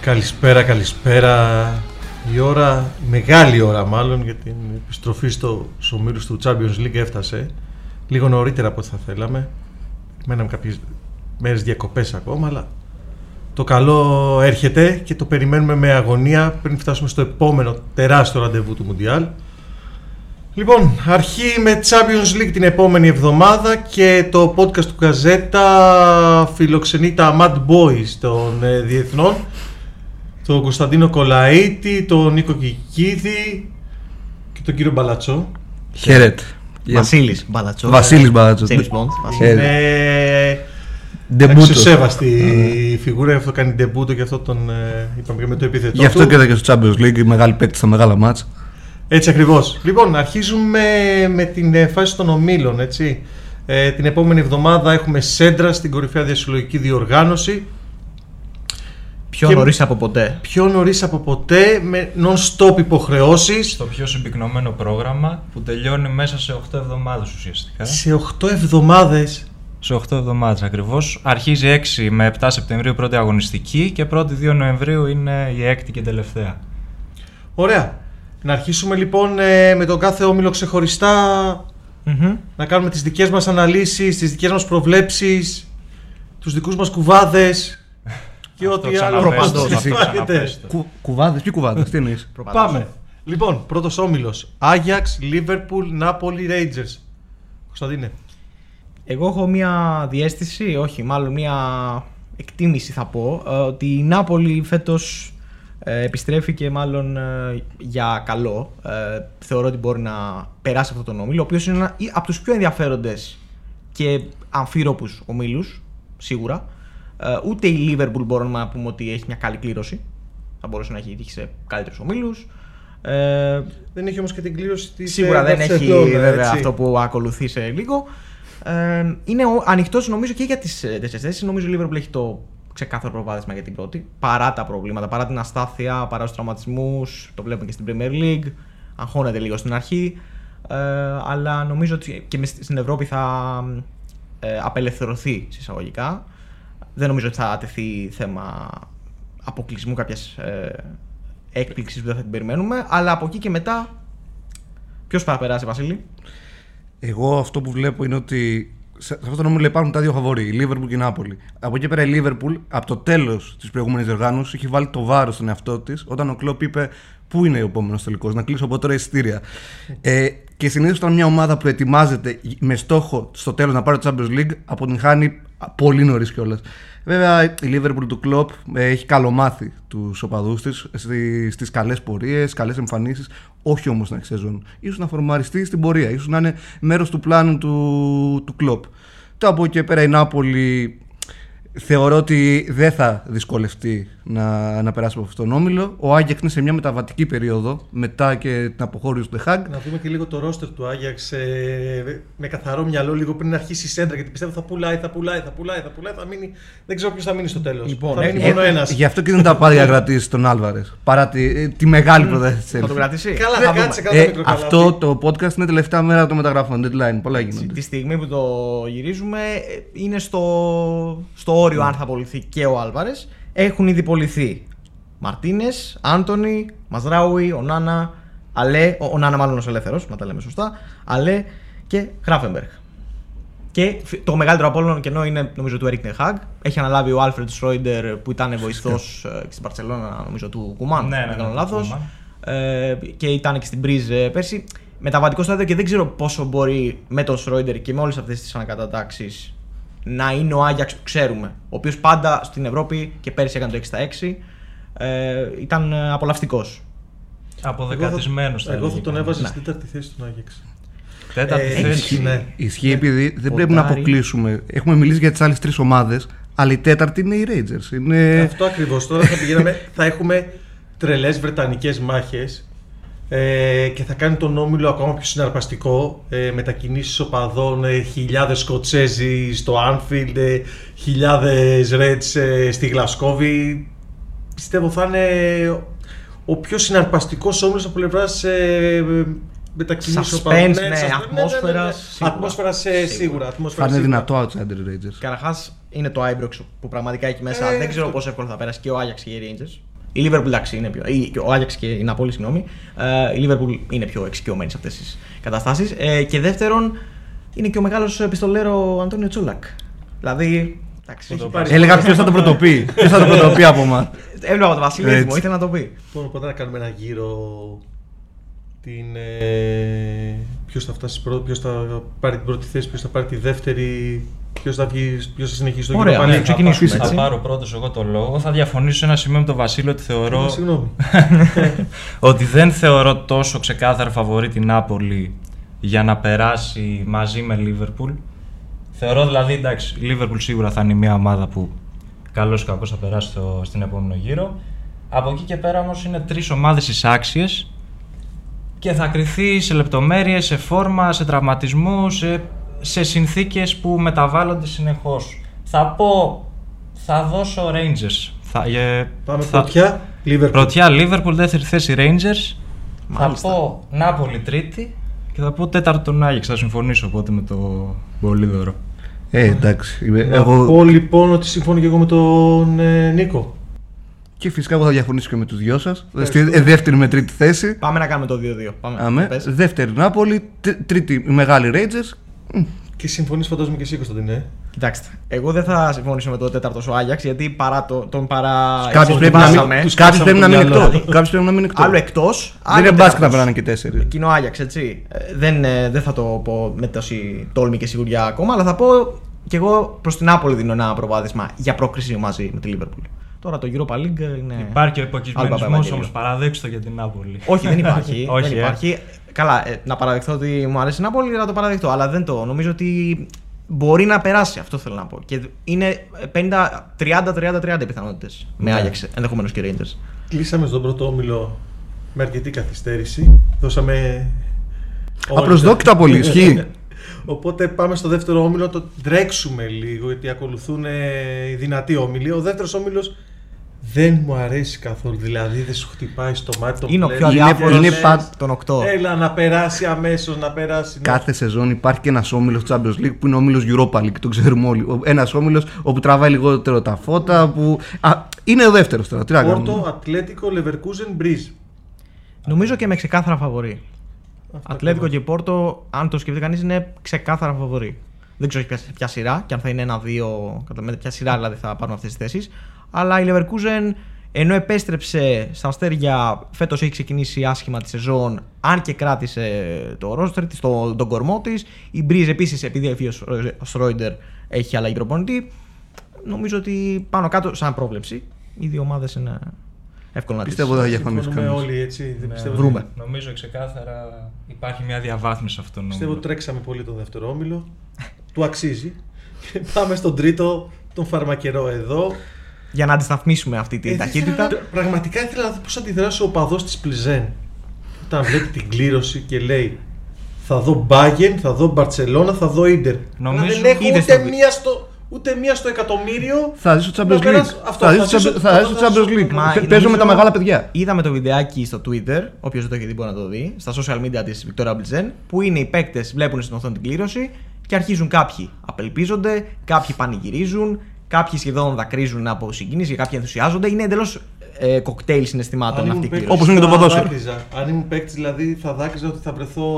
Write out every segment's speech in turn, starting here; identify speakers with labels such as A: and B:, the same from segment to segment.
A: Καλησπέρα, καλησπέρα. Η ώρα, η μεγάλη ώρα μάλλον, για την επιστροφή στο σωμήρους του Champions League έφτασε. Λίγο νωρίτερα από ό,τι θα θέλαμε. Μέναμε κάποιες μέρες διακοπές ακόμα, αλλά το καλό έρχεται και το περιμένουμε με αγωνία πριν φτάσουμε στο επόμενο τεράστιο ραντεβού του Μουντιάλ. Λοιπόν, αρχή με Champions League την επόμενη εβδομάδα και το podcast του Καζέτα φιλοξενεί τα Mad Boys των ε, διεθνών τον Κωνσταντίνο Κολαίτη, τον Νίκο Κικίδη και τον κύριο Μπαλατσό.
B: Χαίρετε.
C: Βασίλης Μπαλατσό.
B: Βασίλης Μπαλατσός.
C: James Bond. Βασίλης.
B: Ε, Ναι,
A: Είναι
B: Ντεμπούτο.
A: αξιοσέβαστη φιγούρα, γι' αυτό κάνει ντεμπούτο και αυτό τον ε, είπαμε και με το επίθετό
B: Γι' αυτό
A: του.
B: και ήταν και στο Champions League, η μεγάλη παίκτη στα μεγάλα μάτς.
A: Έτσι ακριβώς. Λοιπόν, αρχίζουμε με την ε, φάση των ομίλων, έτσι. Ε, την επόμενη εβδομάδα έχουμε Σέντρα στην κορυφαία διασυλλογική διοργάνωση.
C: Πιο
A: Και-
C: νωρίς από ποτέ.
A: Πιο νωρίς από ποτέ, με non-stop υποχρεώσεις.
D: στο πιο συμπυκνωμένο πρόγραμμα που τελειώνει μέσα σε 8 εβδομάδες
B: Ε.
D: ουσιαστικά.
A: Σε 8 εβδομάδες
D: Σε 8 εβδομάδες ακριβώς. Αρχίζει 6 με 7 Σεπτεμβρίου πρώτη αγωνιστική και 1η 2 Νοεμβρίου είναι η έκτη και τελευταία.
A: Ωραία. Να αρχίσουμε λοιπόν ε, με τον κάθε όμιλο ξεχωριστά, να κάνουμε τις δικές μας αναλύσεις, τις δικές μας προβλέψεις, τους δικούς μας κουβάδες και
D: Αυτό
A: ό,τι άλλο
D: ξαναπες,
A: μας
C: προπαντός,
D: αυτό
A: συμφέρεται.
D: ξαναπες το.
B: Κου, κουβάδες, τι κουβάδες, τι εννοείς.
A: Πάμε. Λοιπόν, πρώτος όμιλος. Άγιαξ, Λίβερπουλ, Νάπολη, Rangers. Κωνσταντίνε.
C: Εγώ έχω μία διέστηση, όχι, μάλλον μία εκτίμηση θα πω, ε, ότι η Νάπολη φέτος ε, επιστρέφει και μάλλον ε, για καλό. Ε, Θεωρώ ότι μπορεί να περάσει αυτόν τον όμιλο, ο οποίος είναι ένα, από τους πιο ενδιαφέροντες και αμφίροπους ομίλους, σίγουρα. Ε, Ούτε η Λίβερπουλ μπορούμε να πούμε ότι έχει μια καλή κλήρωση. Θα μπορούσε να έχει τύχει σε καλύτερους ομίλους. Ε,
A: Δεν έχει όμως και την κλήρωση της
C: Σίγουρα
A: ε,
C: δεν
A: Barcelona,
C: έχει
A: έτσι.
C: βέβαια αυτό που ακολουθεί σε λίγο. Ε, είναι ανοιχτός νομίζω και για τις τέσσερι θέσει. Νομίζω η Liverpool έχει το ξεκάθαρο προβάδισμα για την πρώτη. Παρά τα προβλήματα, παρά την αστάθεια, παρά τους τραυματισμούς. Το βλέπουμε και στην Premier League. Αγχώνεται λίγο στην αρχή. Ε, αλλά νομίζω ότι και μες- στην Ευρώπη θα ε, απελευθερωθεί συσσαγωγικά. Δεν νομίζω ότι θα τεθεί θέμα αποκλεισμού κάποιας ε, έκπληξης που δεν θα την περιμένουμε. Αλλά από εκεί και μετά Ποιος παραπεράσει, Βασίλη.
B: Εγώ αυτό που βλέπω είναι ότι σε σε αυτό το νόμο υπάρχουν τα δύο φαβορή, η Λίβερπουλ και η Νάπολη. Από εκεί πέρα η Λίβερπουλ από το τέλος της προηγούμενης διοργάνωσης είχε βάλει το βάρος στον εαυτό της όταν ο Κλοπ είπε Πού είναι ο επόμενος τελικός, να κλείσω από τώρα εισιτήρια. Ε, και συνήθως όταν μια ομάδα που ετοιμάζεται με στόχο στο τέλος να πάρει το Champions League, αποτυγχάνει πολύ νωρίς κιόλας. Βέβαια η Λίβερπουλ του Κλοπ ε, έχει καλομάθει τους οπαδούς της στις καλές πορείες, καλές εμφανίσεις. Όχι όμως να εξέζουν. σω να φορμαριστεί στην πορεία, ίσως να είναι μέρος του πλάνου του, του Κλοπ. Το από εκεί και πέρα η Νάπολη θεωρώ ότι δεν θα δυσκολευτεί να, να περάσει από αυτόν τον όμιλο. Ο Άγιαξ είναι σε μια μεταβατική περίοδο μετά και την αποχώρηση του Χάγκ.
A: Να δούμε και λίγο το ρόστερ του Άγιαξ ε, με καθαρό μυαλό λίγο πριν αρχίσει η σέντρα γιατί πιστεύω θα πουλάει, θα πουλάει, θα πουλάει, θα πουλάει, θα μείνει. Δεν ξέρω ποιος θα μείνει στο τέλος.
C: Λοιπόν,
A: θα
C: ε,
A: μείνει
C: ε,
A: μόνο ένας.
B: Γι' αυτό και δεν τα πάρει για να κρατήσει τον Άλβαρες. Παρά τη, ε, τη μεγάλη προτάση τη
C: Θα τον
B: Chelsea.
C: κρατήσει.
A: Καλά,
C: θα
A: θα
C: δούμε.
A: Ναι, κάτσε
B: Ε,
A: κάτω μικροκαλάτι.
B: αυτό το podcast είναι τελευταία μέρα των μεταγραφών. Deadline. Πολλά γίνονται.
C: Τη στιγμή που το γυρίζουμε, ε, είναι στο, στο όριο αν θα απολυθεί και ο Άλβαρες. Έχουν ήδη πολιθεί Μαρτίνες, Άντωνη, Μαζράουι, Ονάνα, Αλέ. Ο, ο Νάνα, μάλλον ω ελεύθερο, να τα λέμε σωστά. Αλέ και Γράφενμπεργκ. Και φι- το μεγαλύτερο από όλων κενό είναι νομίζω του Eric Ten Hag. Έχει αναλάβει ο Άλφρεντ Σρόιντερ που ήταν βοηθός στην Παρσελόνα, νομίζω του Κουμάν.
D: Ναι, ναι,
C: αν δεν κάνω
D: ναι, του
C: λάθος.
D: Κουμάν.
C: Ε, και ήταν και στην Πρίζ ε, πέρσι. Μεταβατικό στάδιο και δεν ξέρω πόσο μπορεί με τον Σρόιντερ και με όλες αυτές τις ανακατατάξεις να είναι ο Άγιαξ που ξέρουμε. Ο οποίος πάντα στην Ευρώπη και πέρσι έκανε το 6 ε, ήταν απολαυστικός.
D: Αποδεκατισμένος θα
A: Εγώ θα
D: έλεγε
A: τον
D: κανείς.
A: έβαζα στην
C: Ναι.
A: τέταρτη θέση του Άγιαξ.
D: Τέταρτη
A: Ε,
D: θέση.
A: ναι.
B: Ισχύει επειδή δεν πρέπει να
C: Ποντάρι.
B: αποκλείσουμε. Έχουμε μιλήσει για τις άλλες τρεις ομάδες, αλλά η τέταρτη είναι οι Rangers. Είναι...
A: Αυτό ακριβώς. Τώρα θα πηγαίναμε, θα έχουμε τρελές βρετανικές μάχες ε, και θα κάνει τον όμιλο ακόμα πιο συναρπαστικό. Ε, Μετακινήσεις οπαδών, ε, χιλιάδες Σκοτσέζοι στο Άνφιλντ, ε, χιλιάδες Ρέτ στη Γλασκόβη. Πιστεύω θα είναι ο πιο συναρπαστικός όμιλος από πλευράς ε, μετακινήσεων
C: Suspense,
A: οπαδών.
C: ναι, ατμόσφαιρας, σίγουρα.
A: Ατμόσφαιρα ε, σίγουρα.
B: Θα
A: ατμόσφαιρα
B: είναι
A: σίγουρα.
B: δυνατό outsider Rangers.
C: Καταρχάς είναι το Άιμπροξ που πραγματικά εκεί μέσα
A: Ε,
C: δεν ξέρω
A: αυτό.
C: πόσο εύκολα θα πέρασε και ο Άγιαξ και οι Rangers. Η Λίβερπουλ, εντάξει, είναι πιο. η- Ο Άγιαξ και η Ναπόλη, συγγνώμη. Ε, η Λίβερπουλ είναι πιο εξοικειωμένη σε αυτές τις καταστάσεις. Ε, και δεύτερον, είναι και ο μεγάλος επιστολέρο Αντώνιο Τσούλακ. Δηλαδή. εντάξει, έχει πάρει-
B: Έλεγα ποιος θα το πρωτοπεί. Ποιος θα το πρωτοπεί από εμάς.
C: ε, Έβλεπα τον Βασίλη
B: Έτσι.
C: έτοιμο, ήθελε να το πει.
A: Λοιπόν, ποτέ να κάνουμε ένα γύρο. Την, ε, ποιος, θα φτάσει πρώτο, ποιος θα πάρει την πρώτη θέση, ποιος θα πάρει τη δεύτερη, ποιος θα, βγει, ποιος θα συνεχίσει το
C: Ωραία,
A: γύρο
C: ναι,
A: πάλι.
C: ξεκινήσουμε
D: θα
C: έτσι.
D: πάρω πρώτος εγώ το λόγο. Θα διαφωνήσω σε ένα σημείο με τον Βασίλη ότι
A: Ε,
D: θεωρώ
A: Συγγνώμη.
D: ότι δεν θεωρώ τόσο ξεκάθαρα φαβορή την Νάπολη για να περάσει μαζί με Λίβερπουλ. Θεωρώ δηλαδή, εντάξει, η Λίβερπουλ σίγουρα θα είναι μια ομάδα που καλώς ή κακώς θα περάσει στο, στην επόμενο γύρο. Από εκεί και πέρα όμως είναι τρεις ομάδες εισάξιες και θα κριθεί σε λεπτομέρειες, σε φόρμα, σε τραυματισμού, σε, σε συνθήκες που μεταβάλλονται συνεχώς. Θα πω, θα δώσω Rangers. Θα, ε,
A: Πάμε
D: θα-
A: πρωτιά, Liverpool.
D: Πρωτιά Liverpool, δεύτερη θέση Rangers.
C: Μάλιστα.
D: Θα πω Νάπολη τρίτη και θα πω τέταρτο τον Άγιεξ. Θα συμφωνήσω οπότε με το Πολύδωρο.
B: Ε, εντάξει. είμαι-
A: Να
B: Εγώ...
A: πω λοιπόν ότι συμφωνώ και εγώ με τον ε, Νίκο.
B: Και φυσικά εγώ θα διαφωνήσω και με τους δυο σας. Δεύτερη με τρίτη θέση.
C: Πάμε να κάνουμε το 2-2. Πάμε.
B: Αμέ.
C: Πες.
B: Δεύτερη Νάπολη. τε- Τρίτη η μεγάλη Rangers.
A: Και συμφωνείς φαντάζομαι και εσύ ε. Κωνσταντινέ.
C: Κοιτάξτε, εγώ δεν θα συμφωνήσω με το τέταρτος ο Άγιαξ γιατί παρά το, τον παρά.
B: Κάποιος
C: τον
B: πρέπει να
C: πάσαμε.
B: μην- κάποιος πρέπει να μείνει
A: μυαλό.
B: εκτό. Κάποιος πρέπει να μείνει εκτός.
C: Άλλο εκτός.
B: Δεν είναι μπάσκετ να περνάνε και τέσσερις.
C: Κοινό Άγιαξ, έτσι. Ε, Δεν, ε, δεν θα το πω με τόση τόλμη και σιγουριά ακόμα, αλλά θα πω κι εγώ προς την Νάπολη δίνω ένα προβάδισμα για πρόκριση μαζί με τη Λίβερπουλ. Τώρα το Europa League είναι.
D: Υπάρχει ο
C: Άλμπα
D: υποκεισμενισμό
C: Παπαγγελίου.
D: όμω, παραδέξτε το για την Νάπολη.
C: Όχι, δεν υπάρχει.
D: Όχι,
C: δεν
D: ε.
C: υπάρχει. Καλά, ε, να παραδεχθώ ότι μου αρέσει η Νάπολη, να το παραδεχτώ. Αλλά δεν το. Νομίζω ότι μπορεί να περάσει. Αυτό θέλω να πω. Και είναι 50-30-30-30 πιθανότητες. Με
D: Ναι.
C: Άγιαξ ενδεχομένως και Rangers.
A: Κλείσαμε στον πρώτο όμιλο με αρκετή καθυστέρηση. Δώσαμε. όλα.
B: Απροσδόκητα πολύ, ισχύει.
A: Ναι, Οπότε πάμε στο δεύτερο όμιλο, να το τρέξουμε λίγο, γιατί ακολουθούν ε, οι δυνατοί όμιλοι. Ο δεύτερος όμιλος δεν μου αρέσει καθόλου. Δηλαδή δεν σου χτυπάει στο μάτι το
C: Είναι ο
A: πλέον.
C: πιο
B: Είναι-
C: αδιάφορο
B: είναι πα-
C: των 8.
A: Έλα να περάσει αμέσως, να περάσει. ναι.
B: Κάθε σεζόν υπάρχει και ένας όμιλος Champions League που είναι όμιλος Europa League, το ξέρουμε όλοι. Ένας όμιλος όπου τραβάει λιγότερο τα φώτα. Που... Α, είναι ο δεύτερος τώρα. Τι να
A: Πόρτο,
B: κάνουμε.
A: Ατλέτικο, Λεβερκούζεν, Μπριζ.
C: Νομίζω και με ξεκάθαρα φαβορή.
A: Αυτό
C: Ατλέτικο
A: ακριβώς.
C: και Πόρτο, αν το σκεφτεί κανείς, είναι ξεκάθαρα φαβορή. Δεν ξέρω ποια, ποια σειρά και αν θα είναι ένα-δύο, κατά με ποια σειρά δηλαδή θα πάρουν αυτές τις θέσεις. Αλλά η Leverkusen ενώ επέστρεψε στα αστέρια, φέτος έχει ξεκινήσει άσχημα τη σεζόν, αν και κράτησε το ρόστερ της, το, τον κορμό της. Η Μπριζ επίσης, επειδή έφυγε ο Σρο- ο Σρόιντερ, έχει αλλαγή προπονητή. Νομίζω ότι πάνω κάτω, σαν πρόβλεψη, οι δύο ομάδες είναι εύκολο να τις-
B: Πιστεύω δεν θα διαφωνήσει
A: Συμφωνούμε
B: κανείς.
A: όλοι έτσι.
C: Ναι.
A: Δεν πιστεύω ότι-
C: βρούμε.
D: Νομίζω ξεκάθαρα υπάρχει μια διαβάθμιση αυτόν.
A: Πιστεύω ότι τρέξαμε πολύ τον δεύτερο όμιλο. Του αξίζει. Και Πάμε στον τρίτο, τον φαρμακερό εδώ.
C: Για να αντισταθμίσουμε αυτή
A: Ε,
C: την
A: δεν
C: ταχύτητα.
A: ήθελα να- πραγματικά ήθελα να δω πώς αντιδράσει ο παδό της Πλιζέν. Όταν βλέπει την κλήρωση και λέει Θα δω Μπάγκεν, θα δω Μπαρσελόνα, θα δω Ιντερ.
D: Νομίζω-
A: δεν έχω
C: είδες
A: ούτε
C: το-
A: μία, στο, ούτε μία στο εκατομμύριο.
B: Θα δει το
A: να
B: Champions League.
A: περάσω. Αυτό,
B: Θα δει το
A: ζήσω-
B: Champions- θα δεις το
A: θα ζήσω-
B: Champions League.
C: Μα
B: Πε-
C: νομίζω-
B: Παίζουν με τα μεγάλα παιδιά.
C: Είδαμε το βιντεάκι στο Twitter, όποιος δεν το έχει δει μπορεί να το δει, στα social media της Victoria Blitzen, που είναι οι παίκτες, βλέπουν στην οθόνη την κλήρωση και αρχίζουν κάποιοι απελπίζονται, κάποιοι πανηγυρίζουν, κάποιοι σχεδόν δακρύζουν από συγκίνηση και κάποιοι ενθουσιάζονται. Είναι εντελώς ε, κοκτέιλ
A: Αν
C: συναισθημάτων
A: ήμουν
C: αυτή η
A: παίκτης,
C: κλήρωση.
B: Όπως είναι το
A: θα
B: ποδόσφαιρο.
A: δάκρυζα. Αν ήμουν παίκτης, δηλαδή θα δάκρυζα ότι θα βρεθώ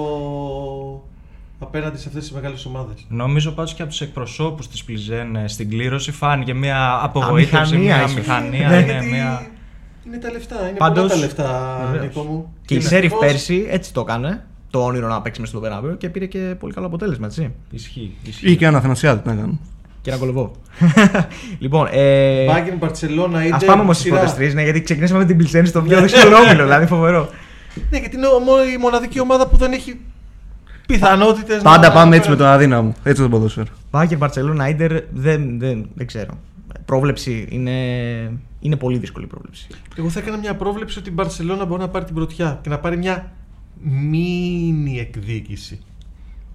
A: απέναντι σε αυτές τις μεγάλες ομάδες.
D: Νομίζω πάντω και από τους εκπροσώπους της Πλιζέν ε, στην κλήρωση φάνηκε μια απογοήτευση,
C: Αμηχανία
D: μια
C: ίσως.
D: μηχανία.
C: Ναι,
D: Ναι,
A: Γιατί
D: μια...
A: Είναι τα λεφτά, είναι
C: Πάντως,
A: πολλά τα λεφτά,
C: βεβαίως.
A: Νίκο μου.
C: Και η
A: Είναι
C: Σέριφ
A: δικός.
C: πέρσι έτσι το έκανε, το όνειρο να παίξει μες στο Περναμπέο και πήρε και πολύ καλό αποτέλεσμα, έτσι.
D: Ισχύει. ισχύει.
B: Ή και ένα Θανασιάδη τι να κάνουμε.
C: Και ένα κολοβό. λοιπόν, ε,
A: Μπάγκεν, Μπαρσελόνα, Ιντερ.
C: Α πάμε όμως στι
A: σειρά.
C: πρώτε τρει, ναι, γιατί ξεκινήσαμε με την Πλισένη στο πιο δύσκολο όμιλο, δηλαδή φοβερό.
A: Ναι, γιατί είναι ο μόνο- η μοναδική ομάδα που δεν έχει πιθανότητες.
B: Πάντα πάμε έτσι με τον αδύναμο. Έτσι το ποδόσφαιρο.
C: Βάγκερ, Μπαρσελόνα, Ιντερ, δεν, δεν, δεν ξέρω. Πρόβλεψη είναι, είναι πολύ δύσκολη η πρόβλεψη.
A: Εγώ θα έκανα μια πρόβλεψη ότι η Μπαρσελόνα μπορεί να πάρει την πρωτιά και να πάρει μια μίνι εκδίκηση.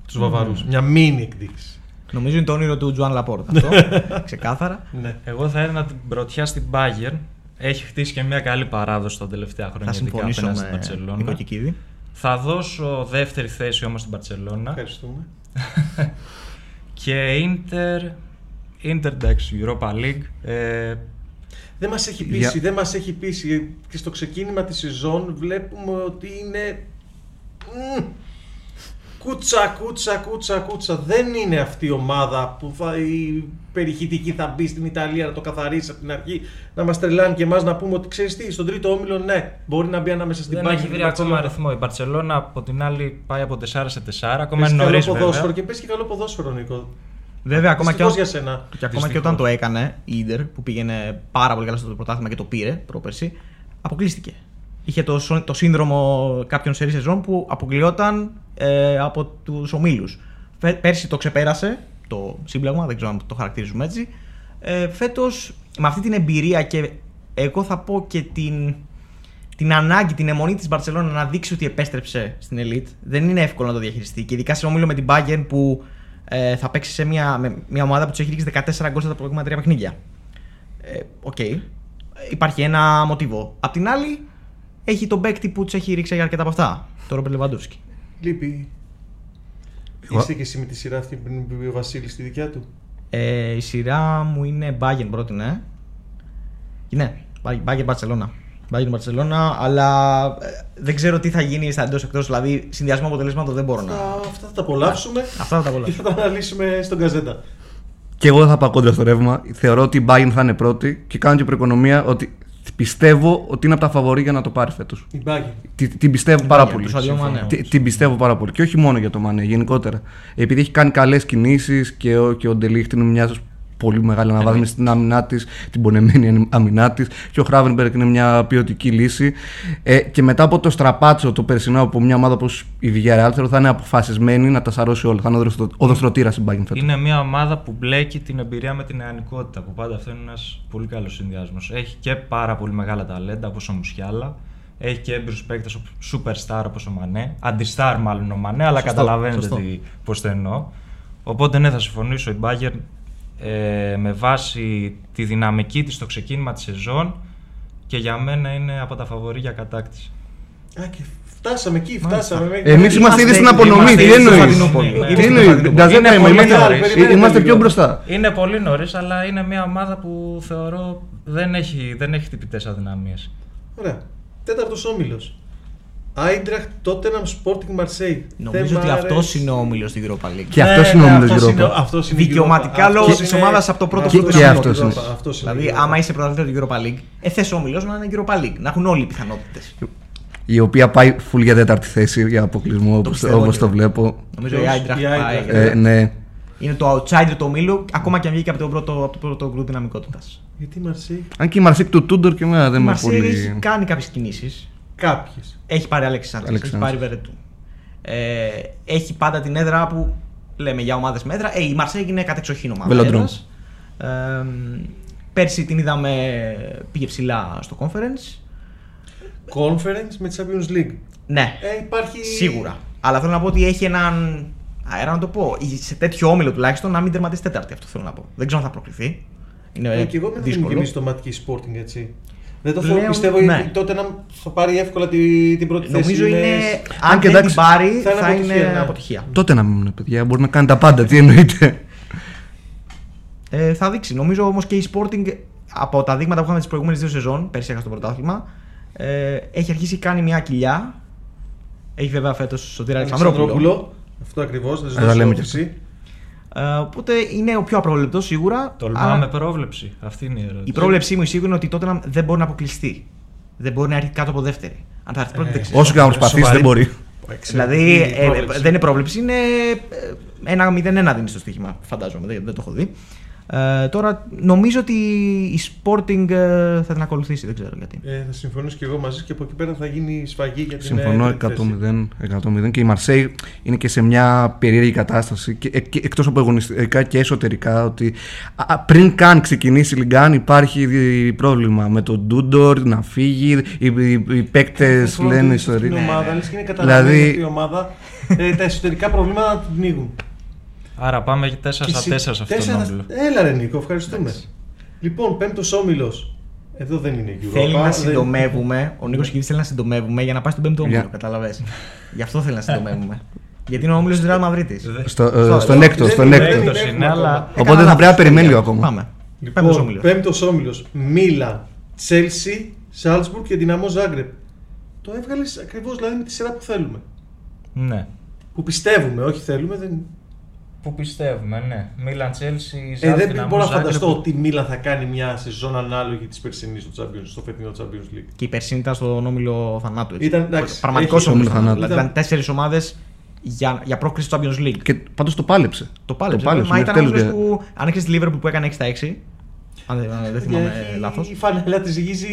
A: Του Βαβαρούς.
C: Mm.
A: Μια μίνι εκδίκηση.
C: Νομίζω είναι το όνειρο του Τζουάν Λαπόρτ αυτό. ξεκάθαρα.
A: Ναι.
D: Εγώ θα έδινα την πρωτιά στην Bayern. Έχει χτίσει και μια καλή παράδοση τα τελευταία χρόνια.
C: Θα
D: ειδικά
C: συμφωνήσω
D: απέναντι
C: με
D: στην Barcelona.
C: Νίκο Κικίδη.
D: Θα δώσω δεύτερη θέση όμως στην Παρσελώνα
A: Ευχαριστούμε.
D: και Ίντερ, Ίντερ εντάξει, Europa League. Ε,
A: Δεν μας έχει
B: Για-
A: πείσει, δεν μας έχει πείσει. Και στο ξεκίνημα της σεζόν βλέπουμε ότι είναι. Μμμ. Κούτσα, κούτσα, κούτσα, κούτσα. Δεν είναι αυτή η ομάδα που θα, η περιχητική θα μπει στην Ιταλία να το καθαρίσει από την αρχή, να μας τρελάνει και εμάς να πούμε ότι ξέρεις τι, στον τρίτο όμιλο ναι, μπορεί να μπει ανάμεσα στην
D: Δεν
A: Bayern
D: έχει
A: και την
D: βρει ακόμα
A: Barcelona.
D: αριθμό. Η Μπαρσελόνα από την άλλη πάει από 4 σε 4. Ακόμα
A: Πες
D: είναι
A: καλό
D: νωρίς.
A: ποδόσφαιρο και πες και καλό ποδόσφαιρο, Νίκο.
C: Βέβαια, ακόμα και,
A: Δυστυχώς
C: ό-
A: για σένα.
C: και ακόμα και όταν το έκανε η Ιντερ που πήγαινε πάρα πολύ καλά στο πρωτάθλημα και το πήρε πρόπερση, αποκλείστηκε. Είχε το, σο- το σύνδρομο κάποιων σερή σεζόν που αποκλειόταν ε, από τους ομίλους. Πέρσι το ξεπέρασε το σύμπλεγμα, δεν ξέρω αν το χαρακτηρίζουμε έτσι. Ε, Φέτος με αυτή την εμπειρία και εγώ θα πω και την, την ανάγκη, την αιμονή της Μπαρσελόνα να δείξει ότι επέστρεψε στην ελίτ. Δεν είναι εύκολο να το διαχειριστεί. Και ειδικά σε όμιλο με την Bayern που ε, θα παίξει σε μια, με μια ομάδα που τους έχει ρίξει 14 γκολ στα προηγούμενα τρία παιχνίδια. Ε, Οκ. Ε, Υπάρχει ένα μοτίβο. Απ' την άλλη, έχει τον παίκτη που τους έχει ρίξει αρκετά από αυτά. Το Ρόμπερτ Λεβαντόφσκι.
A: Λείπει.
B: Εγώ-
A: Είστε και εσύ με τη σειρά αυτή πριν που πει ο Βασίλης στη δικιά του.
C: Ε, η σειρά μου είναι Bayern πρώτη, ναι. Ναι, Bayern Barcelona. Bayern Barcelona, αλλά ε, δεν ξέρω τι θα γίνει στα εντός εκτός. Δηλαδή, συνδυασμό αποτελεσμάτων δεν μπορώ να.
A: Αυτά, αυτά θα τα απολαύσουμε
C: Αυτά θα τα
A: και
C: πολλά.
A: θα τα αναλύσουμε στον καζέτα.
B: Και εγώ δεν θα πάω κόντρα στο ρεύμα. Θεωρώ ότι η Bayern θα είναι πρώτη και κάνω και προοικονομία ότι πιστεύω ότι είναι από τα φαβορή για να το πάρει φέτος.
A: Η Μπάγκη.
B: Την πιστεύω πάρα
C: Bayern,
B: πολύ.
C: του Σάντιο Μανέ.
B: Τι- Την πιστεύω πάρα πολύ. Και όχι μόνο για το Μανέ, γενικότερα. Επειδή έχει κάνει καλές κινήσεις και ο, και ο Ντελίχτ είναι μια πολύ μεγάλη αναβάθμιση στην άμυνά της, την πονεμένη άμυνά της. Και ο Χράβενμπεργκ είναι μια ποιοτική λύση. Ε, και μετά από το στραπάτσο το περσινό από μια ομάδα όπως η Villarreal, θεωρώ θα είναι αποφασισμένη να τα σαρώσει όλα. Θα είναι ο δροστρο- ο δοστρωτήρα στην Bayern φέτος.
D: Είναι μια ομάδα που μπλέκει την εμπειρία με την νεανικότητα. Που πάντα αυτό είναι ένας πολύ καλός συνδυασμός. Έχει και πάρα πολύ μεγάλα ταλέντα όπως ο Μουσιάλα. Έχει και έμπειρους παίκτες superstar όπως ο Μανέ. Αντιστάρ μάλλον ο Μανέ, αλλά
C: Σωστό,
D: καταλαβαίνετε
C: σωστό.
D: τι, πώς το εννοώ. Οπότε ναι, θα συμφωνήσω. Η Bayern ε, με βάση τη δυναμική της στο ξεκίνημα της σεζόν και για μένα είναι από τα φαβορή για κατάκτηση.
A: Α, και φτάσαμε εκεί, φτάσαμε. μέχρι-
B: Εμείς είμαστε ήδη στην απονομή. Τι
C: είμαστε ήδη στο
B: εννοείς.
C: Κωνσταντινούπολη. Είμαστε
B: Τι
C: στο
B: εννοεί. Doesn't
C: Κωνσταντινούπολη.
D: Είναι
B: matter,
D: πολύ
B: είμαστε-
D: νωρίς.
A: Περιμένετε
B: Είμαστε
A: λίγο.
B: πιο μπροστά.
D: Είναι πολύ νωρίς, αλλά είναι μια ομάδα που θεωρώ δεν έχει, δεν έχει τυπητέ αδυναμίες.
A: Ωραία. Τέταρτος όμιλος. Άιντραχτ, Τότεναμ, Sporting Marseille.
C: Νομίζω ότι αυτό είναι ο όμιλος στην Europa League.
B: Και αυτός είναι ο όμιλος Europa.
A: Αυτός Ναι, είναι η
C: Δικαιωματικά
A: Europa.
C: λόγω
A: Αυτός
C: της
A: είναι-
C: ομάδας από το πρώτο
A: αυτός
B: Και-
A: είναι
B: και
A: η
B: αυτός
A: Europa.
B: είναι.
A: Αυτός είναι η
C: Δηλαδή,
A: Europa.
C: άμα είσαι πρωταθλητή του Europa League, ε, θες ο όμιλος να είναι Europa League. Να έχουν όλοι οι πιθανότητες.
B: Η οποία πάει φουλ για τέταρτη θέση για αποκλεισμό όπως
C: πιστεύω και
B: το
C: εγώ.
B: βλέπω.
C: Νομίζω η
A: Ποιος?
C: Eintracht
A: Η
C: πάει.
A: Eintracht.
B: Ε, ναι.
C: Είναι το outsider του ομίλου, ακόμα και αν βγήκε από το πρώτο, από το πρώτο γκρουπ δυναμικότητας.
A: Γιατί η Marseille.
B: Αν και η Μαρσίκ του Τούντορ και εμένα δεν
C: Η
B: με
C: Μαρσίλη έχει
B: πολύ.
C: κάνει κάποιες κινήσεις.
A: Κάποιες.
C: Έχει πάρει Αλέξανδρο, έχει
B: Αλέξανδρος.
C: πάρει Βερετού. Ε, έχει πάντα την έδρα που λέμε για ομάδες μέτρα. Ε, η Μαρσέγγι είναι κατεξοχήν ομάδα.
B: Velodrome.
C: έδρας. Ε, πέρσι την είδαμε, πήγε ψηλά στο conference.
A: Conference με Champions League.
C: Ναι,
A: Ε, υπάρχει.
C: σίγουρα. Αλλά θέλω να πω ότι έχει έναν αέρα να το πω. Σε τέτοιο όμιλο τουλάχιστον να μην τερματίσει τέταρτη, αυτό θέλω να πω. Δεν ξέρω αν θα προκριθεί. Είναι
A: Ε, και εγώ μην
C: δύσκολο.
A: δίνουμε εμεί το ματική Sporting έτσι. Δεν το
C: Πλέον,
A: θέλω, πιστεύω
C: ναι.
A: γιατί τότε να θα πάρει εύκολα τη- την πρώτη θέση.
C: Ε, Νομίζω είναι.
B: Αν και
C: Αν δεν την
B: εντάξει,
C: πάρει,
A: θα είναι
C: θα
A: αποτυχία, ναι.
C: είναι αποτυχία.
B: Τότε να μείνουν παιδιά, μπορεί να κάνει τα πάντα. Τι εννοείται.
C: Ε, θα δείξει. Νομίζω όμως και η Sporting από τα δείγματα που είχαμε τις προηγούμενες δύο σεζόν, πέρσι έχασε το πρωτάθλημα, ε, έχει αρχίσει κάνει μια κοιλιά. Έχει βέβαια φέτος Σωτήρα Αλεξανδρόπουλο.
A: Αλεξανδρόπουλο. Αυτό ακριβώς, θα
B: Αλλά λέμε
A: ζητήσω
B: και
A: όφηση.
C: Ε, οπότε είναι ο πιο απρόβλεπτος σίγουρα.
D: Τολμάμε
C: αλλά
D: πρόβλεψη. Αυτή είναι η ερώτηση.
C: Η πρόβλεψή μου σίγουρα είναι ότι τότε δεν μπορεί να αποκλειστεί. Δεν μπορεί να έρθει κάτω από δεύτερη. Αν θα έρθει πρώτη,
A: Ε,
C: δεν ξέρω.
B: Όσο και να προσπαθήσει
D: Σοβαρή.
B: δεν μπορεί.
C: Δηλαδή
A: Εξαιρετική
C: ε,
A: πρόβλεψη.
C: δεν είναι πρόβλεψη, είναι ε, ένα 0-1 δίνει στο στοίχημα. Φαντάζομαι, δεν, δεν το έχω δει. Ε, τώρα νομίζω ότι η Sporting ε, θα την ακολουθήσει, δεν ξέρω γιατί.
A: Ε, θα συμφωνήσω και εγώ μαζί και από εκεί πέρα θα γίνει σφαγή για την
B: Συμφωνώ
A: ε, τρίτη θέση.
B: 100%, 100% και η Μαρσέη είναι και σε μια περίεργη κατάσταση και, ε, και εκτός από εγωνιστικά και εσωτερικά ότι α, α, πριν καν ξεκινήσει η Λιγκάν υπάρχει δι- πρόβλημα με τον Ντούντορ να φύγει, οι, οι, οι παίκτες
A: Συμφωνώ
B: λένε
A: ότι στην
B: ιστορία.
A: ομάδα,
C: Ναι.
A: λες και είναι καταλαβαίνει
B: Δηλαδή-
A: ότι η ομάδα ε, τα εσωτερικά προβλήματα να την πνίγουν.
D: Άρα πάμε για 4
A: Και
D: στα 4
A: συ-
D: σε αυτόν τον
A: τέσσερα-
D: όμιλο.
A: Έλα ρε Νίκο, ευχαριστούμε. Λοιπόν, πέμπτος όμιλος. Εδώ δεν είναι η Europa.
C: Θέλει να
A: δεν-
C: συντομεύουμε. Ο Νίκος Κιβίτ θέλει να συντομεύουμε για να πάει στον πέμπτο όμιλο.
B: Για-
C: Καταλαβες. Γι' αυτό θέλει να συντομεύουμε. Γιατί είναι ο όμιλος της Real Μαδρίτη.
B: Στο, ε,
C: Στο-
B: στον
A: δεν-
B: έκτο,
A: δεν
B: στον
A: είναι-
B: έκτο.
A: δεν
D: είναι,
A: έχουμε
D: αλλά-
A: ακόμα.
B: Οπότε θα πρέπει να περιμένει λίγο ακόμα.
C: Ε, Πάμε. Πέμπτος
A: Λοιπόν,
C: όμιλος.
A: πέμπτος όμιλος. Μίλαν, Τσέλσι, Σάλτσμπουργκ και Δυναμό Ζάγκρεπ. Το έβγαλες ακριβώς δηλαδή με τη σειρά που θέλουμε.
D: Ναι.
A: Που πιστεύουμε, όχι θέλουμε. Δεν...
D: Που πιστεύουμε, ναι. Μίλαν Τσέλσι,
A: Ε, δεν μπορώ να φανταστώ ότι η Μίλαν θα κάνει μια σεζόν ανάλογη της περσινής στο, Champions, στο φετινό Champions League.
C: Και η περσινή ήταν στον όμιλο θανάτου.
A: Ήταν, εντάξει,
C: Πραγματικός
A: έχει-
C: όμιλος
B: Όμιλο
C: θανάτου.
B: θανάτου.
C: Δηλαδή ήταν τέσσερις ομάδες για, για πρόκριση στο Champions League.
B: Και πάντως το πάλεψε. ναι,
C: Το πάλεψε. Μα
B: μέχρι
C: ήταν
B: τέλους
C: όμιλος
B: δια-
C: που. Αν έχεις τη Liverpool που έκανε 6 τα 6. Αν δεν, αν δεν θυμάμαι ε,
A: Έχει-
C: λάθο.
A: Ε, Η φανελά της γύζει.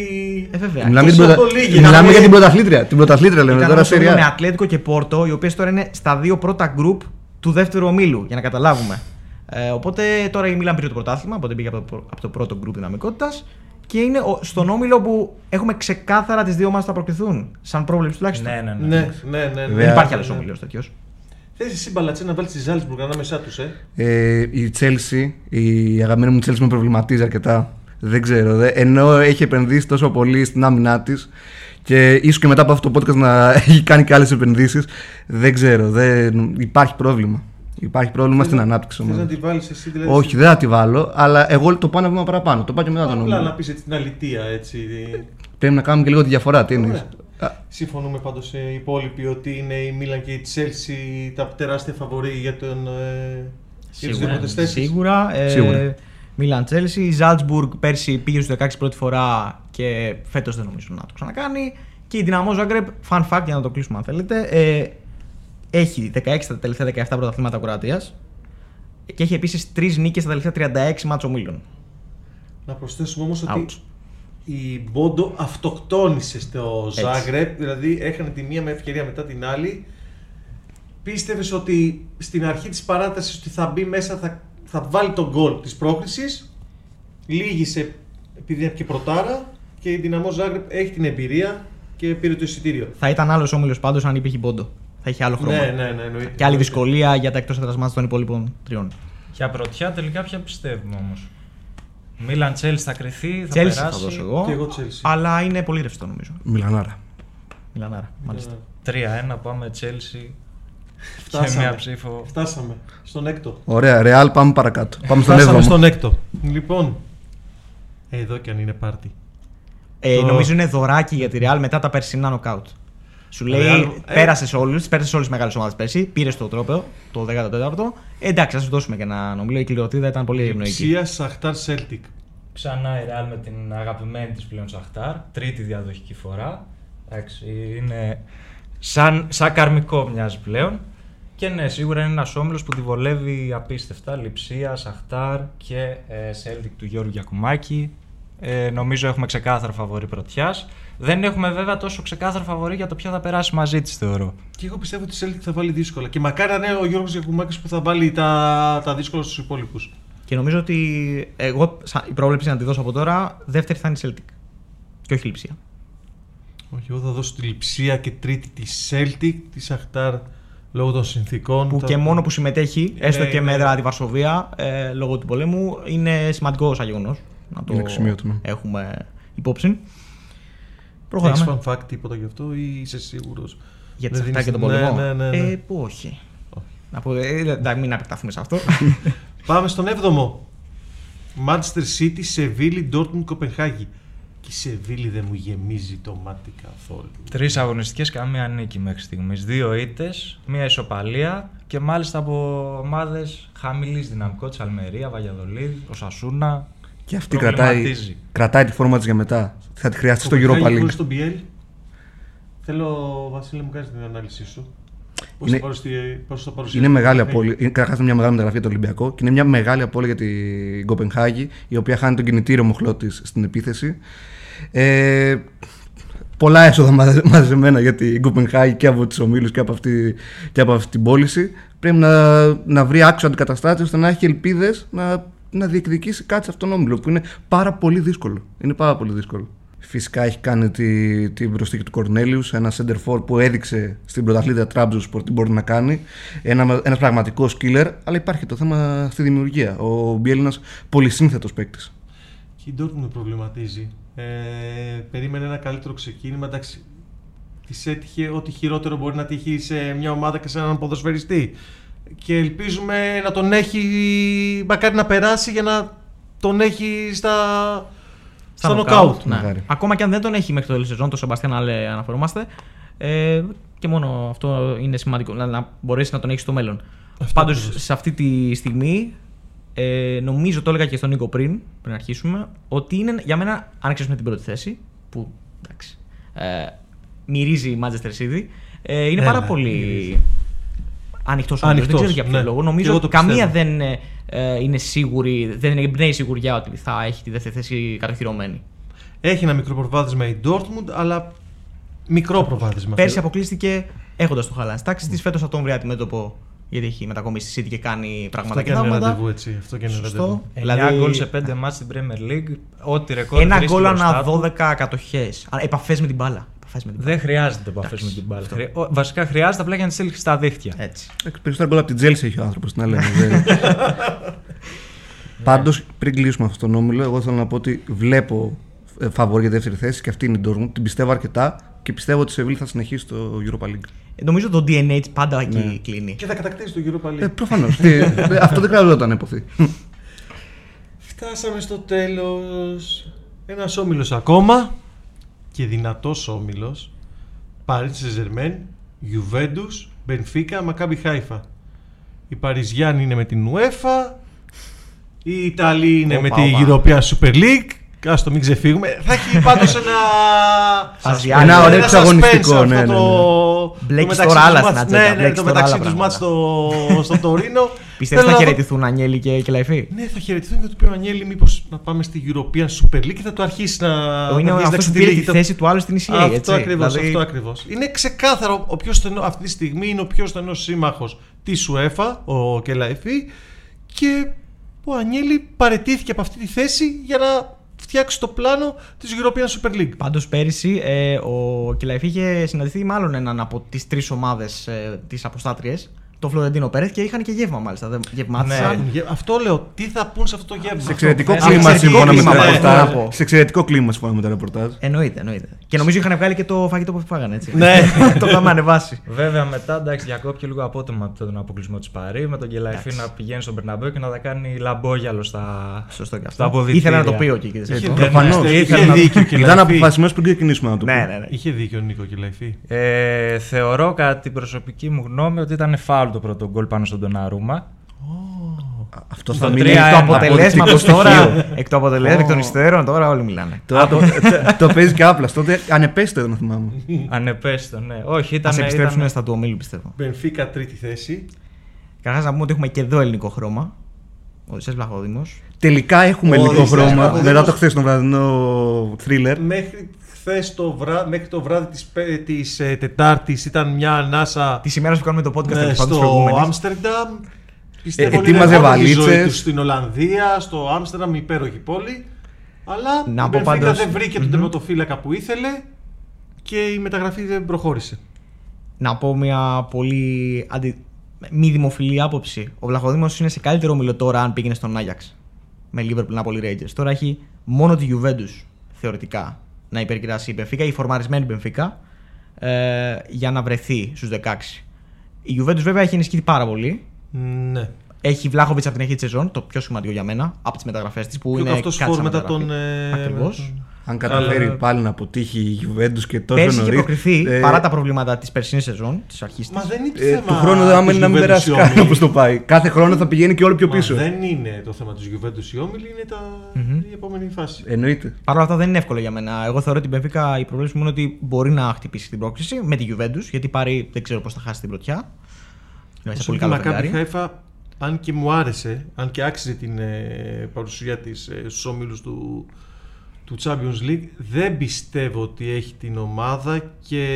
C: Ε, βέβαια.
B: Μιλάμε, για την,
A: τόσο
B: πρωτα-
A: πολύ
B: μιλάμε
A: γίναμε.
B: για την πρωταθλήτρια. Την πρωταθλήτρια λέμε
C: Ήταν
B: τώρα
C: όμως
B: σε
C: με Ατλέτικο και Πόρτο, οι οποίες τώρα είναι στα δύο πρώτα γκρουπ του δεύτερου ομίλου, για να καταλάβουμε. Ε, οπότε τώρα η Μίλαν πήρε το πρωτάθλημα, οπότε πήγε από το, πρω- από το πρώτο γκρουπ δυναμικότητας και είναι ο- στον όμιλο που έχουμε ξεκάθαρα τις δύο ομάδες θα προκριθούν. Σαν πρόβλεψη τουλάχιστον.
D: Ναι, ναι, ναι.
A: Ναι, ναι, ναι. ναι.
B: Βέβαια.
C: Δεν υπάρχει
A: Ναι,
C: άλλο
A: ναι.
C: όμιλο τέτοιος.
A: Θες εσύ μπαλατσέ να βάλεις τη Ζάλτσμπουργκ ανάμεσά τους, ε.
B: Ε, η Τσέλσι, η αγαπημένη μου Τσέλσι με προβληματίζει αρκετά. Δεν ξέρω. Δε. Ενώ έχει επενδύσει τόσο πολύ στην άμυνά της και ίσως και μετά από αυτό το podcast να έχει κάνει και άλλες επενδύσεις. Δεν ξέρω. Δεν... Υπάρχει πρόβλημα. Υπάρχει πρόβλημα στην ανάπτυξη
A: Θες να
B: ομάδα.
A: τη βάλεις εσύ δηλαδή.
B: Όχι, δεν θα τη βάλω, αλλά εγώ το πάω ένα βήμα παραπάνω. Το πάω και μετά τον
A: Απλά να
B: νόμο.
A: πεις έτσι την αλητία, έτσι.
B: Πρέπει να κάνουμε και λίγο τη διαφορά. Τι εννοείς.
A: Ωραία. Συμφωνούμε πάντως ε, οι υπόλοιποι ότι είναι η Μίλαν και η Τσέλσι τα τεράστια φαβορή για τον. Ε, για τις
C: Σίγουρα.
A: δύο θέσεις.
C: Σίγουρα. Ε,
B: Σίγουρα.
C: Μίλαν Τσέλσι. Η Ζάλτσμπουργκ πέρσι πήγε στο 16 πρώτη φορά και φέτος δεν νομίζω να το ξανακάνει. Και η Δυναμό Ζάγκρεπ, fun fact για να το κλείσουμε αν θέλετε, ε, έχει 16 τα τελευταία 17 πρωταθλήματα Κροατίας και έχει επίσης 3 νίκες στα τελευταία 36 μάτσο ομίλων.
A: Να προσθέσουμε όμως ότι
C: Ouch.
A: η Μπόντο αυτοκτόνησε στο
C: Έτσι.
A: Ζάγκρεπ, δηλαδή έχανε τη μία με ευκαιρία μετά την άλλη. Πίστευες ότι στην αρχή της παράτασης ότι θα μπει μέσα, θα, θα βάλει τον γκολ της πρόκρισης. Λίγησε επειδή είναι και πρωτάρα και η Δυναμό Ζάγκρεπ έχει την εμπειρία και πήρε το εισιτήριο.
C: Θα ήταν άλλος όμιλος πάντως αν υπήρχε Μπόντο. Θα είχε άλλο χρώμα.
A: Ναι, ναι, ναι, εννοείται.
C: Και άλλη δυσκολία για τα εκτός έδρα μάτια των υπόλοιπων τριών.
D: Για πρωτιά τελικά ποια πιστεύουμε όμως. Μίλαν Τσέλσι θα κρυθεί, θα
C: Τσέλσι θα
D: περάσει.
C: δώσω εγώ.
A: Και εγώ Chelsea.
C: Αλλά είναι πολύ ρευστό νομίζω.
B: Μιλανάρα.
C: Μιλανάρα,
A: Ε,
C: μάλιστα.
D: 3-1 πάμε Τσέλσι. Και
A: Φτάσαμε.
D: μία ψήφο.
A: Φτάσαμε στον έκτο.
B: Ωραία, ρεάλ, πάμε παρακάτω. Πάμε στον
A: Φτάσαμε
B: έβδομο.
A: στον έκτο. Λοιπόν, εδώ κι αν είναι πάρτι.
C: Ε,
A: Το-
C: Νομίζω είναι δωράκι για τη Real μετά τα περσινά νοκάουτ. Σου λέει,
A: Real- ε.
C: πέρασες όλους, πέρασες όλες τις μεγάλες ομάδες πέρσι, πήρες το τρόπαιο, το 14ο. Ε, εντάξει, θα σου δώσουμε και ένα νομιλό. Η κληροτίδα ήταν πολύ ευνοϊκή.
A: Ψία Σαχτάρ Σέλτικ.
D: Ξανά η Ρεάλ με την αγαπημένη της πλέον Σαχτάρ, τρίτη διαδοχική φορά. Εντάξει, είναι σαν, σαν καρμικό μοιάζει πλέον. Και ναι, σίγουρα είναι ένας όμιλος που τη βολεύει απίστευτα. Λιψία, Σαχτάρ και ε, Celtic του Γιώργου Γιακουμάκη. Ε, νομίζω έχουμε ξεκάθαρο φαβορή πρωτιάς. Δεν έχουμε βέβαια τόσο ξεκάθαρο φαβορή για το ποιο θα περάσει μαζί της θεωρώ.
A: Και εγώ πιστεύω ότι η Celtic θα βάλει δύσκολα. Και μακάρι να είναι ο Γιώργος Γιακουμάκης που θα βάλει τα, τα δύσκολα στους υπόλοιπους.
C: Και νομίζω ότι εγώ, σαν- η πρόβλεψη να τη δώσω από τώρα, δεύτερη θα είναι η Celtic. Και όχι η Λιψία.
A: Όχι, εγώ θα δώσω τη Λιψία και τρίτη τη Celtic, τη Σαχτάρ λόγω των συνθήκων.
C: Που
A: Τα-
C: και μόνο που συμμετέχει,
A: Ναι,
C: έστω και
A: ναι.
C: με έδρα τη Βαρσοβία, ε, λόγω του πολέμου, είναι σημαντικός σαν γεγονός. Να το
B: Είναι αξιομοιότο, ναι.
C: έχουμε υπόψη.
A: Έχεις
C: Προχωράμε.
A: fun fact τίποτα γι' αυτό ή είσαι σίγουρος.
C: Για τη
A: Δεν
C: Σαχτάρ
A: δίνεις-
C: και τον πολεμό.
A: Ναι, ναι, ναι, ναι.
C: Ε, που όχι. Να πω, ε, εντάξει, μην επεκταθούμε σε αυτό.
A: Πάμε στον 7ο. Manchester City, Σεβίλη, Dortmund, Κοπενχάγη. Και η Σεβίλη δεν μου γεμίζει το μάτι καθόλου.
D: Τρεις αγωνιστικές, καμία νίκη μέχρι στιγμής. Δύο ήττες, μία ισοπαλία και μάλιστα από ομάδες χαμηλής δυναμικότητα. Αλμερία, Βαγιαδολίδη, ο Σασούνα.
B: Και αυτή κρατάει,
D: Προβληματίζει.
B: κρατάει τη φόρμα της για μετά. Θα τη χρειαστεί στο Europa
A: Κοπενχάγη
B: League.
A: χωρίς τον BL. Θέλω, Βασίλη, μου κάνεις την ανάλυση σου. Πώς
B: Είναι-
A: θα πάρω στη- πώς θα πάρω στη-
B: Είναι μεγάλη
A: Ε,
B: απώλεια. Είναι καταρχάς είναι μια μεγάλη μεταγραφή για τον Ολυμπιακό και είναι μια μεγάλη απώλεια για την Κοπενχάγη, η οποία χάνει τον κινητήριο μοχλό της στην επίθεση. Ε, πολλά έσοδα μαζε- μαζεμένα για την Κοπενχάγη και από τους ομίλους και, από αυτή- και από αυτή την πώληση. Πρέπει να, να βρει άξιο αντικαταστάτη ώστε να έχει ελπίδες να, να διεκδικήσει κάτι σε αυτόν τον όμιλο που είναι πάρα πολύ δύσκολο. Είναι πάρα πολύ δύσκολο. Φυσικά έχει κάνει τη, την προσθήκη του Κορνέλιους, ένα center for που έδειξε στην πρωταθλήτρια Τραμπζοσπορ τι μπορεί να κάνει. Ένα ένας πραγματικός killer, αλλά υπάρχει το θέμα στη δημιουργία. Ο Μπιέλ είναι ένας πολυσύνθετος παίκτης.
A: Και η Dortmund με προβληματίζει. Ε, περίμενε ένα καλύτερο ξεκίνημα. Εντάξει, της έτυχε ό,τι χειρότερο μπορεί να τύχει σε μια ομάδα και σε έναν ποδοσφαιριστή. Και ελπίζουμε να τον έχει. Μακάρι να περάσει για να τον έχει στα,
C: Στα
A: στα
C: knockout,
A: νοκάουτ.
C: ναι.
B: Μακάρι.
C: Ακόμα και αν δεν τον έχει μέχρι το τέλος σεζόν, τον Σεμπαστιάν Αλέ αναφερόμαστε. Ε, και μόνο αυτό είναι σημαντικό, να, να μπορέσει να τον έχεις στο μέλλον. Πάντω, σε αυτή τη στιγμή, ε, νομίζω το έλεγα και στον Νίκο πριν, πριν αρχίσουμε, ότι είναι για μένα, αν ξέρουμε την πρώτη θέση, που εντάξει, ε, μυρίζει η Manchester City, ε, είναι
A: Έλα,
C: πάρα
A: ναι, μυρίζει.
C: πολύ ανοιχτό όμιλο. Δεν
A: Ανοιχτός,
C: ξέρω για ποιο
A: ναι.
C: λόγο.
A: Και
C: Νομίζω
A: εγώ
C: ότι
A: το
C: καμία
A: πιστεύω.
C: δεν ε, ε, είναι σίγουρη, δεν εμπνέει η σιγουριά ότι θα έχει τη δεύτερη θέση κατοχυρωμένη.
A: Έχει ένα μικρό προβάδισμα η Dortmund, αλλά μικρό προβάδισμα.
C: Πέρσι αποκλείστηκε έχοντας το Χάλαντ. Εντάξει, τη φέτος θα τον βρει αντιμέτωπο γιατί έχει μετακομίσει στη City και κάνει
A: Αυτό
C: πράγματα
A: και
C: και
A: είναι
C: θαύματα.
A: ραντεβού έτσι. Αυτό και είναι
C: Σωστό.
A: ραντεβού.
D: 9
C: Δηλαδή-
D: γκολ σε 5 μάτς στην Premier League. Ό,τι ρεκόρ
C: Ένα
D: βρίσκει
C: γκολ
D: μπροστά
C: ανά
D: του.
C: 12 κατοχέ. Επαφές με την μπάλα. Επαφές με την μπάλα.
D: Δεν χρειάζεται επαφέ με την μπάλα. Χρεια- ο- Βασικά χρειάζεται απλά για να τη στείλεις στα δίχτυα.
C: Έτσι.
B: Εντάξει, Περισσότερα γκολ από την Τζέλση έχει ο άνθρωπος, να λέμε. Πάντως, πριν κλείσουμε αυτόν τον όμιλο, εγώ θέλω να πω ότι βλέπω ε, φαβορή για δεύτερη θέση και αυτή είναι η Dortmund. Την πιστεύω αρκετά και πιστεύω ότι η Σεβίλη θα συνεχίσει το Europa League.
C: Ε, Νομίζω το DNA της πάντα εκεί
A: Ναι.
C: κλείνει.
A: Και θα κατακτήσει το γύρο παλί.
B: Ε, Προφανώ. αυτό δεν χρειαζόταν να υποθεί.
A: Φτάσαμε στο τέλος. Ένας όμιλος ακόμα και δυνατός όμιλος. Paris Saint-Germain, Juventus, Benfica, Maccabi Haifa. Οι Παριζιάνοι είναι με την UEFA, οι Ιταλοί είναι
C: Όπα,
A: με την
C: όπα.
A: European Super League. Ας το μην ξεφύγουμε. Θα έχει πάντως ένα...
C: Αζιάτικο.
B: Ένα ωραίο
A: suspense
B: εξαγωνιστικό,
A: αυτό
B: ναι, ναι, ναι.
A: το-
C: Μπλέκεις
A: το μεταξύ
C: τώρα
A: τους
C: άλλα
A: μάτς.
C: στην ατζέντα,
A: Ναι, ναι,
C: μπλέκεις
A: το
C: τώρα
A: μεταξύ
C: άλλα
A: τους μάτς
C: πράγματα.
A: στο- στο Τωρίνο.
C: Πιστεύεις
A: Θέλω
C: θα
A: να δω-
C: χαιρετηθούν Ανιέλη και, και Λαϊφή.
A: ναι, θα χαιρετηθούν και θα του πει ο Ανιέλη μήπως να πάμε στη European Super League και θα το αρχίσει να.
C: Ο είναι
A: να βγάζει
C: αυτός που
A: στη
C: πήρε
A: λίγη.
C: τη
A: Το-
C: θέση του άλλου στην ECA. έτσι.
A: Αυτό ακριβώς.
C: Δηλαδή,
A: Αυτό ακριβώς. Είναι ξεκάθαρο ο πιο στενό, αυτή τη στιγμή είναι ο πιο στενός σύμμαχος της UEFA, ο Κελαϊφή, και ο Ανιέλη παρετήθηκε από αυτή τη θέση για να φτιάξει το πλάνο της European Super League.
C: Πάντως πέρυσι ε, ο Κιλαϊφή είχε συναντηθεί μάλλον έναν από τις τρεις ομάδες ε, τις αποστάτριες, τον Φλωρεντίνο Πέρεθ, και είχαν και γεύμα μάλιστα. Δεν γευμάτισαν.
A: Σαν- γε- Αυτό λέω. Τι θα πούν σε αυτό το γεύμα.
B: Ε, Σε εξαιρετικό
C: Αυτό-
B: κλίμα
C: εξαιρετικό
B: σύμφωνα με τα
C: κλίμα, ναι,
B: ρεπορτάζ.
C: ναι, ναι.
B: Σε εξαιρετικό κλίμα σύμφωνα με τα ρεπορτάζ.
C: Εννοείται, εννοείται. Και νομίζω είχαν βγάλει και το φαγητό που φάγανε έτσι.
A: Ναι.
C: το είχαμε ανεβάσει.
D: Βέβαια μετά εντάξει διακόπηκε λίγο απότομα από τον αποκλεισμό της Παρή με τον Κελαϊφή να πηγαίνει στον Περναμπέο και να τα κάνει λαμπόγιαλο στα,
C: Σωστό και αυτό.
D: στα αποδητήρια.
C: Ήθελα να το πει ο Κίκης.
A: Είχε
B: Ε,
A: δίκιο.
B: προφανώς.
A: Είχε
B: Ήθελα να-
A: δίκιο και
B: Ήταν
A: λαφή.
B: αποφασισμένος πριν ξεκινήσουμε να το πούμε.
C: Ναι, ναι, ναι.
A: Είχε δίκιο ο Νίκο Κελαϊφή.
D: Ε, θεωρώ κατά την προσωπική μου γνώμη ότι ήταν φάουλ το πρώτο γκολ πάνω στον Ντοναρούμα.
B: Αυτό
D: Στο
B: θα μείνει
D: τρία
B: ένα
C: Εκ του
D: ένα
B: αποδεικτικό
C: αποτελέσματο τώρα.
B: στοιχείο.
C: Εκ του αποτελέσματος, εκ των υστέρων τώρα όλοι μιλάνε.
B: Τώρα το, το- το παίζει και άπλα. Τότε ανεπέστητο να θυμάμαι.
D: Ανεπέστο, ναι. Όχι, ήταν.
C: Α επιστρέψουμε
D: ήταν-
C: στα του ομίλου πιστεύω.
A: Μπενφίκα τρίτη θέση.
C: Καταρχάς να πούμε ότι έχουμε και εδώ ελληνικό χρώμα. Ο Ισές Βλαχοδήμο.
B: Τελικά έχουμε
A: Ορίστε,
B: λίγο χρώμα.
A: ορίστε.
B: Μετά το χθες το βραδινό θρίλερ.
A: Μέχρι χθες το, βράδυ, μέχρι το βράδυ της, πε- της ε, Τετάρτης ήταν μια ανάσα
C: Τη ημέρα που κάνουμε το podcast
A: ε,
C: τέλος πάντων, της
A: στο
C: προηγούμενης.
A: Άμστερνταμ. Πιστεύω
B: Ε,
A: ότι
B: ετοίμαζε
A: είναι η ζωή
B: βαλίτσες.
A: τους στην Ολλανδία, στο Άμστερνταμ, υπέροχη πόλη. Αλλά
C: Να
A: η
C: πω
A: Μπενφίκα
C: πάντως-
A: δεν βρήκε τον τερματοφύλακα που ήθελε και η μεταγραφή δεν προχώρησε.
C: να πω μια πολύ αντι... μη δημοφιλή άποψη. Ο Βλαχοδήμος είναι σε καλύτερο όμιλο τώρα αν πήγαινε στον Άγιαξ. Με Liverpool Napoli Rangers. Τώρα έχει μόνο τη Juventus θεωρητικά να υπερκυράσει η Benfica, η φορμαρισμένη Benfica, ε, για να βρεθεί στους 16. Η Juventus βέβαια έχει ενισχυθεί πάρα πολύ.
A: Ναι.
C: Έχει Βλάχοβιτ από την αρχή της σεζόν, το πιο σημαντικό για μένα, από τις μεταγραφές της που
A: Πιο
C: είναι
A: καυτός
C: κάτσα
A: φόρ μετά
C: μεταγραφή.
A: τον, ε,
C: Ακριβώς.
A: μετά τον-
B: Αν καταφέρει
A: Αλλά-
B: πάλι να αποτύχει η Juventus και τόσο
C: Πέρσι είχε
B: νωρίς.
C: προκριθεί παρά τα προβλήματα της περσινής σεζόν, της αρχής τη.
A: Μα δεν είναι το
B: ε,
A: θέμα.
B: του χρόνου δεν
A: της
B: άμενε να μην
A: Juventus
B: περάσει
A: η
B: καν
A: όμιλη.
B: όπως το πάει. Κάθε χρόνο θα πηγαίνει και όλο πιο
A: Μα
B: πίσω.
A: Δεν είναι το θέμα της Juventus η όμιλη, είναι τα... η επόμενη φάση.
B: Εννοείται.
C: Παρ' όλα αυτά δεν είναι εύκολο για μένα. Εγώ θεωρώ ότι η Benfica, η προβλέψη μου είναι ότι μπορεί να χτυπήσει την πρόκληση με τη Juventus, γιατί πάρει δεν ξέρω πώς θα χάσει την πρωτιά. Είναι σε
A: Όσο
C: πολύ
A: και
C: καλό
A: Μακάμπι
C: φεγγάρι.
A: Χάιφα, αν και μου άρεσε, αν και άξιζε την ε, παρουσία της ε, στους όμιλους του, του Champions League, δεν πιστεύω ότι έχει την ομάδα και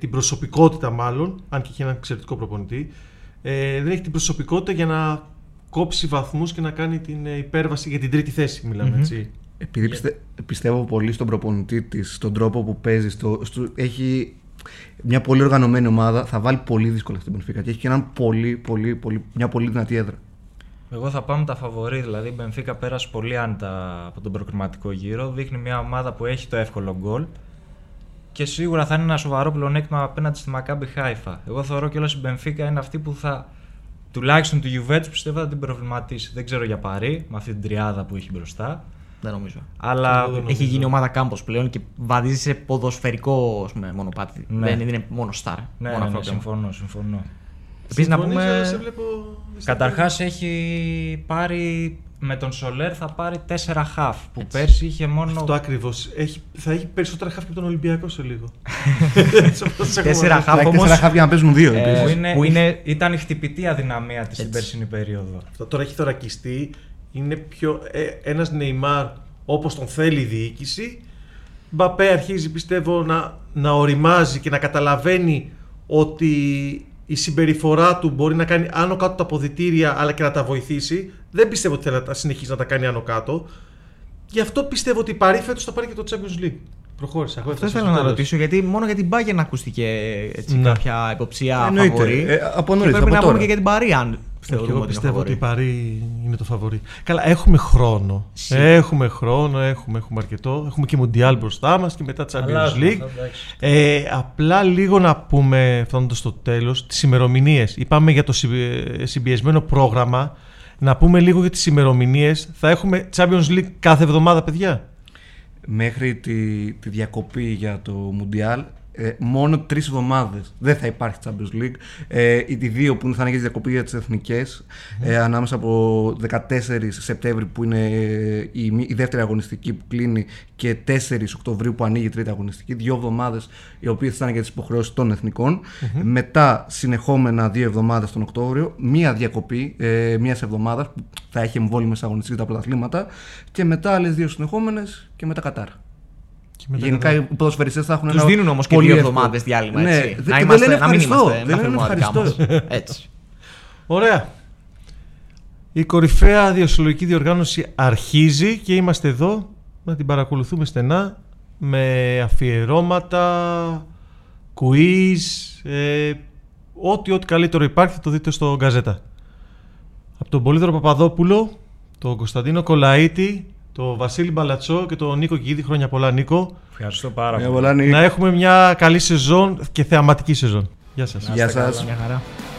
A: την προσωπικότητα μάλλον, αν και έχει έναν εξαιρετικό προπονητή, ε, δεν έχει την προσωπικότητα για να κόψει βαθμούς και να κάνει την ε, υπέρβαση για την τρίτη θέση, μιλάμε, έτσι.
B: Επειδή πιστε- πιστεύω πολύ στον προπονητή της, στον τρόπο που παίζει, στο, στο- έχει μια πολύ οργανωμένη ομάδα, θα βάλει πολύ δύσκολα στην Benfica και έχει και έναν πολύ, πολύ, πολύ, μια πολύ δυνατή έδρα.
D: Εγώ θα πάμε τα φαβορή, δηλαδή η Μπενφίκα πέρασε πολύ άνετα από τον προκριματικό γύρο. Δείχνει μια ομάδα που έχει το εύκολο γκολ και σίγουρα θα είναι ένα σοβαρό πλεονέκτημα απέναντι στη Μακάμπι Χάιφα. Εγώ θεωρώ κιόλας η Μπενφίκα είναι αυτή που θα τουλάχιστον του Juventus πιστεύω θα την προβληματίσει. Δεν ξέρω για Παρή, με αυτή την τριάδα που έχει μπροστά.
C: Δεν νομίζω.
D: Αλλά
A: Δεν νομίζω.
C: Έχει γίνει ομάδα κάμπος πλέον και βαδίζει σε ποδοσφαιρικό ας πούμε, μονοπάτι.
D: Ναι.
C: Δεν, δεν είναι μόνο στάρ.
D: ναι,
C: μόνο
D: ναι, ναι,
C: ανθρώπινο.
D: συμφωνώ, συμφωνώ.
C: Επίσης να
A: Συμφωνείς, αλλά
C: πούμε.
A: σε βλέπω δυστυχώς.
D: Καταρχάς έχει πάρει με τον Σολέρ θα πάρει 4 half που
C: Έτσι.
D: πέρσι είχε μόνο.
A: Αυτό ακριβώς. Θα έχει περισσότερα χάφη από τον Ολυμπιακό σε λίγο.
C: Τέσσερα χάφη.
B: Αλλά έχει τέσσερα
C: όμως-
B: χάπια να παίζουν δύο.
D: ε,
B: επίσης.
D: που είναι,
C: που είναι-
D: ήταν η χτυπητή αδυναμία της στην
C: Έτσι.
D: περσινή περίοδο.
A: Αυτό τώρα έχει θωρακιστεί. Είναι πιο. Ε, Ένας Νεϊμάρ όπως τον θέλει η διοίκηση. Μπαπέ αρχίζει πιστεύω να, να οριμάζει και να καταλαβαίνει ότι η συμπεριφορά του μπορεί να κάνει άνω κάτω τα αποδητήρια αλλά και να τα βοηθήσει. Δεν πιστεύω ότι θέλει να τα συνεχίσει να τα κάνει άνω κάτω. Γι' αυτό πιστεύω ότι η Παρή φέτος θα πάρει και το Champions League. Προχώρησα. εγώ έφτασα
C: Αυτό ήθελα
A: στο
C: να
A: τέλος.
C: ρωτήσω, γιατί μόνο για την Bayern ακούστηκε έτσι,
A: Ναι.
C: κάποια υποψία
B: Εννοείται.
C: φαβορή.
B: Ε, από νωρίς,
C: Και
B: από
C: Πρέπει
B: τώρα.
C: να
B: Ε,
C: πούμε και για την Παρή, αν
A: Και
C: θεωρούμε
A: εγώ
C: ότι είναι
A: πιστεύω ότι η
C: φαβορή.
A: Παρή είναι το φαβορή. Καλά, έχουμε χρόνο.
C: Σίγουρα.
A: Έχουμε χρόνο, έχουμε, έχουμε αρκετό. Έχουμε και Μουντιάλ μπροστά μας και μετά Champions
D: Αλλάζουμε
A: League.
D: αυτά, εντάξει.
A: Ε, απλά λίγο να πούμε, φτάνοντας στο τέλος, τις ημερομηνίες. Είπαμε για το συμπι- ε, συμπιεσμένο πρόγραμμα. Να πούμε λίγο για τις ημερομηνίες. Θα έχουμε Champions League κάθε εβδομάδα, παιδιά.
B: Μέχρι τη, τη διακοπή για το Μουντιάλ, ε, μόνο τρεις εβδομάδες δεν θα υπάρχει Champions League. Ε, οι οι δύο που θα είναι για τη διακοπή για τις εθνικές, ε, ανάμεσα από 14 Σεπτέμβρη που είναι ε, η, μη- η δεύτερη αγωνιστική που κλείνει και 4 Οκτωβρίου που ανοίγει η τρίτη αγωνιστική. Δύο εβδομάδες οι οποίες θα είναι για τις υποχρεώσεις των εθνικων Μετά συνεχόμενα δύο εβδομάδες τον Οκτώβριο, μία διακοπή ε, μία εβδομάδας που θα έχει εμβόλυμες αγωνιστικές τα πρωταθλήματα. Και μετά άλλες δύο συνεχόμενες και μετά Κατάρ.
A: Και μετά
B: Γενικά οι ποδοσφαιριστές θα έχουν
C: Τους δίνουν όμως και
B: πολύ
C: δύο
B: εύκολο-
C: εβδομάδες διάλειμμα.
B: Ναι,
C: έτσι.
B: δεν- και δεν λένε ευχαριστώ.
C: είμαστε.
B: δεν λένε
C: Να φέρουμε τα δικά
B: ευχαριστώ.
C: μας. Έτσι.
A: Ωραία. Η κορυφαία διασυλλογική διοργάνωση αρχίζει και είμαστε εδώ να την παρακολουθούμε στενά με αφιερώματα, quiz, ε, ό,τι ό,τι καλύτερο υπάρχει θα το δείτε στο Γκαζέτα. Από τον Πολύδωρο Παπαδόπουλο, τον Κωνσταντίνο Κολαίτη, τον Βασίλη Μπαλατσό και τον Νίκο Κιγίδη. Χρόνια πολλά Νίκο.
D: Ευχαριστώ πάρα
B: Ναι,
D: πολύ.
B: Βολάνη,
A: Να έχουμε μια καλή σεζόν και θεαματική σεζόν. Γεια σας.
B: Γεια σας.
C: Μια χαρά.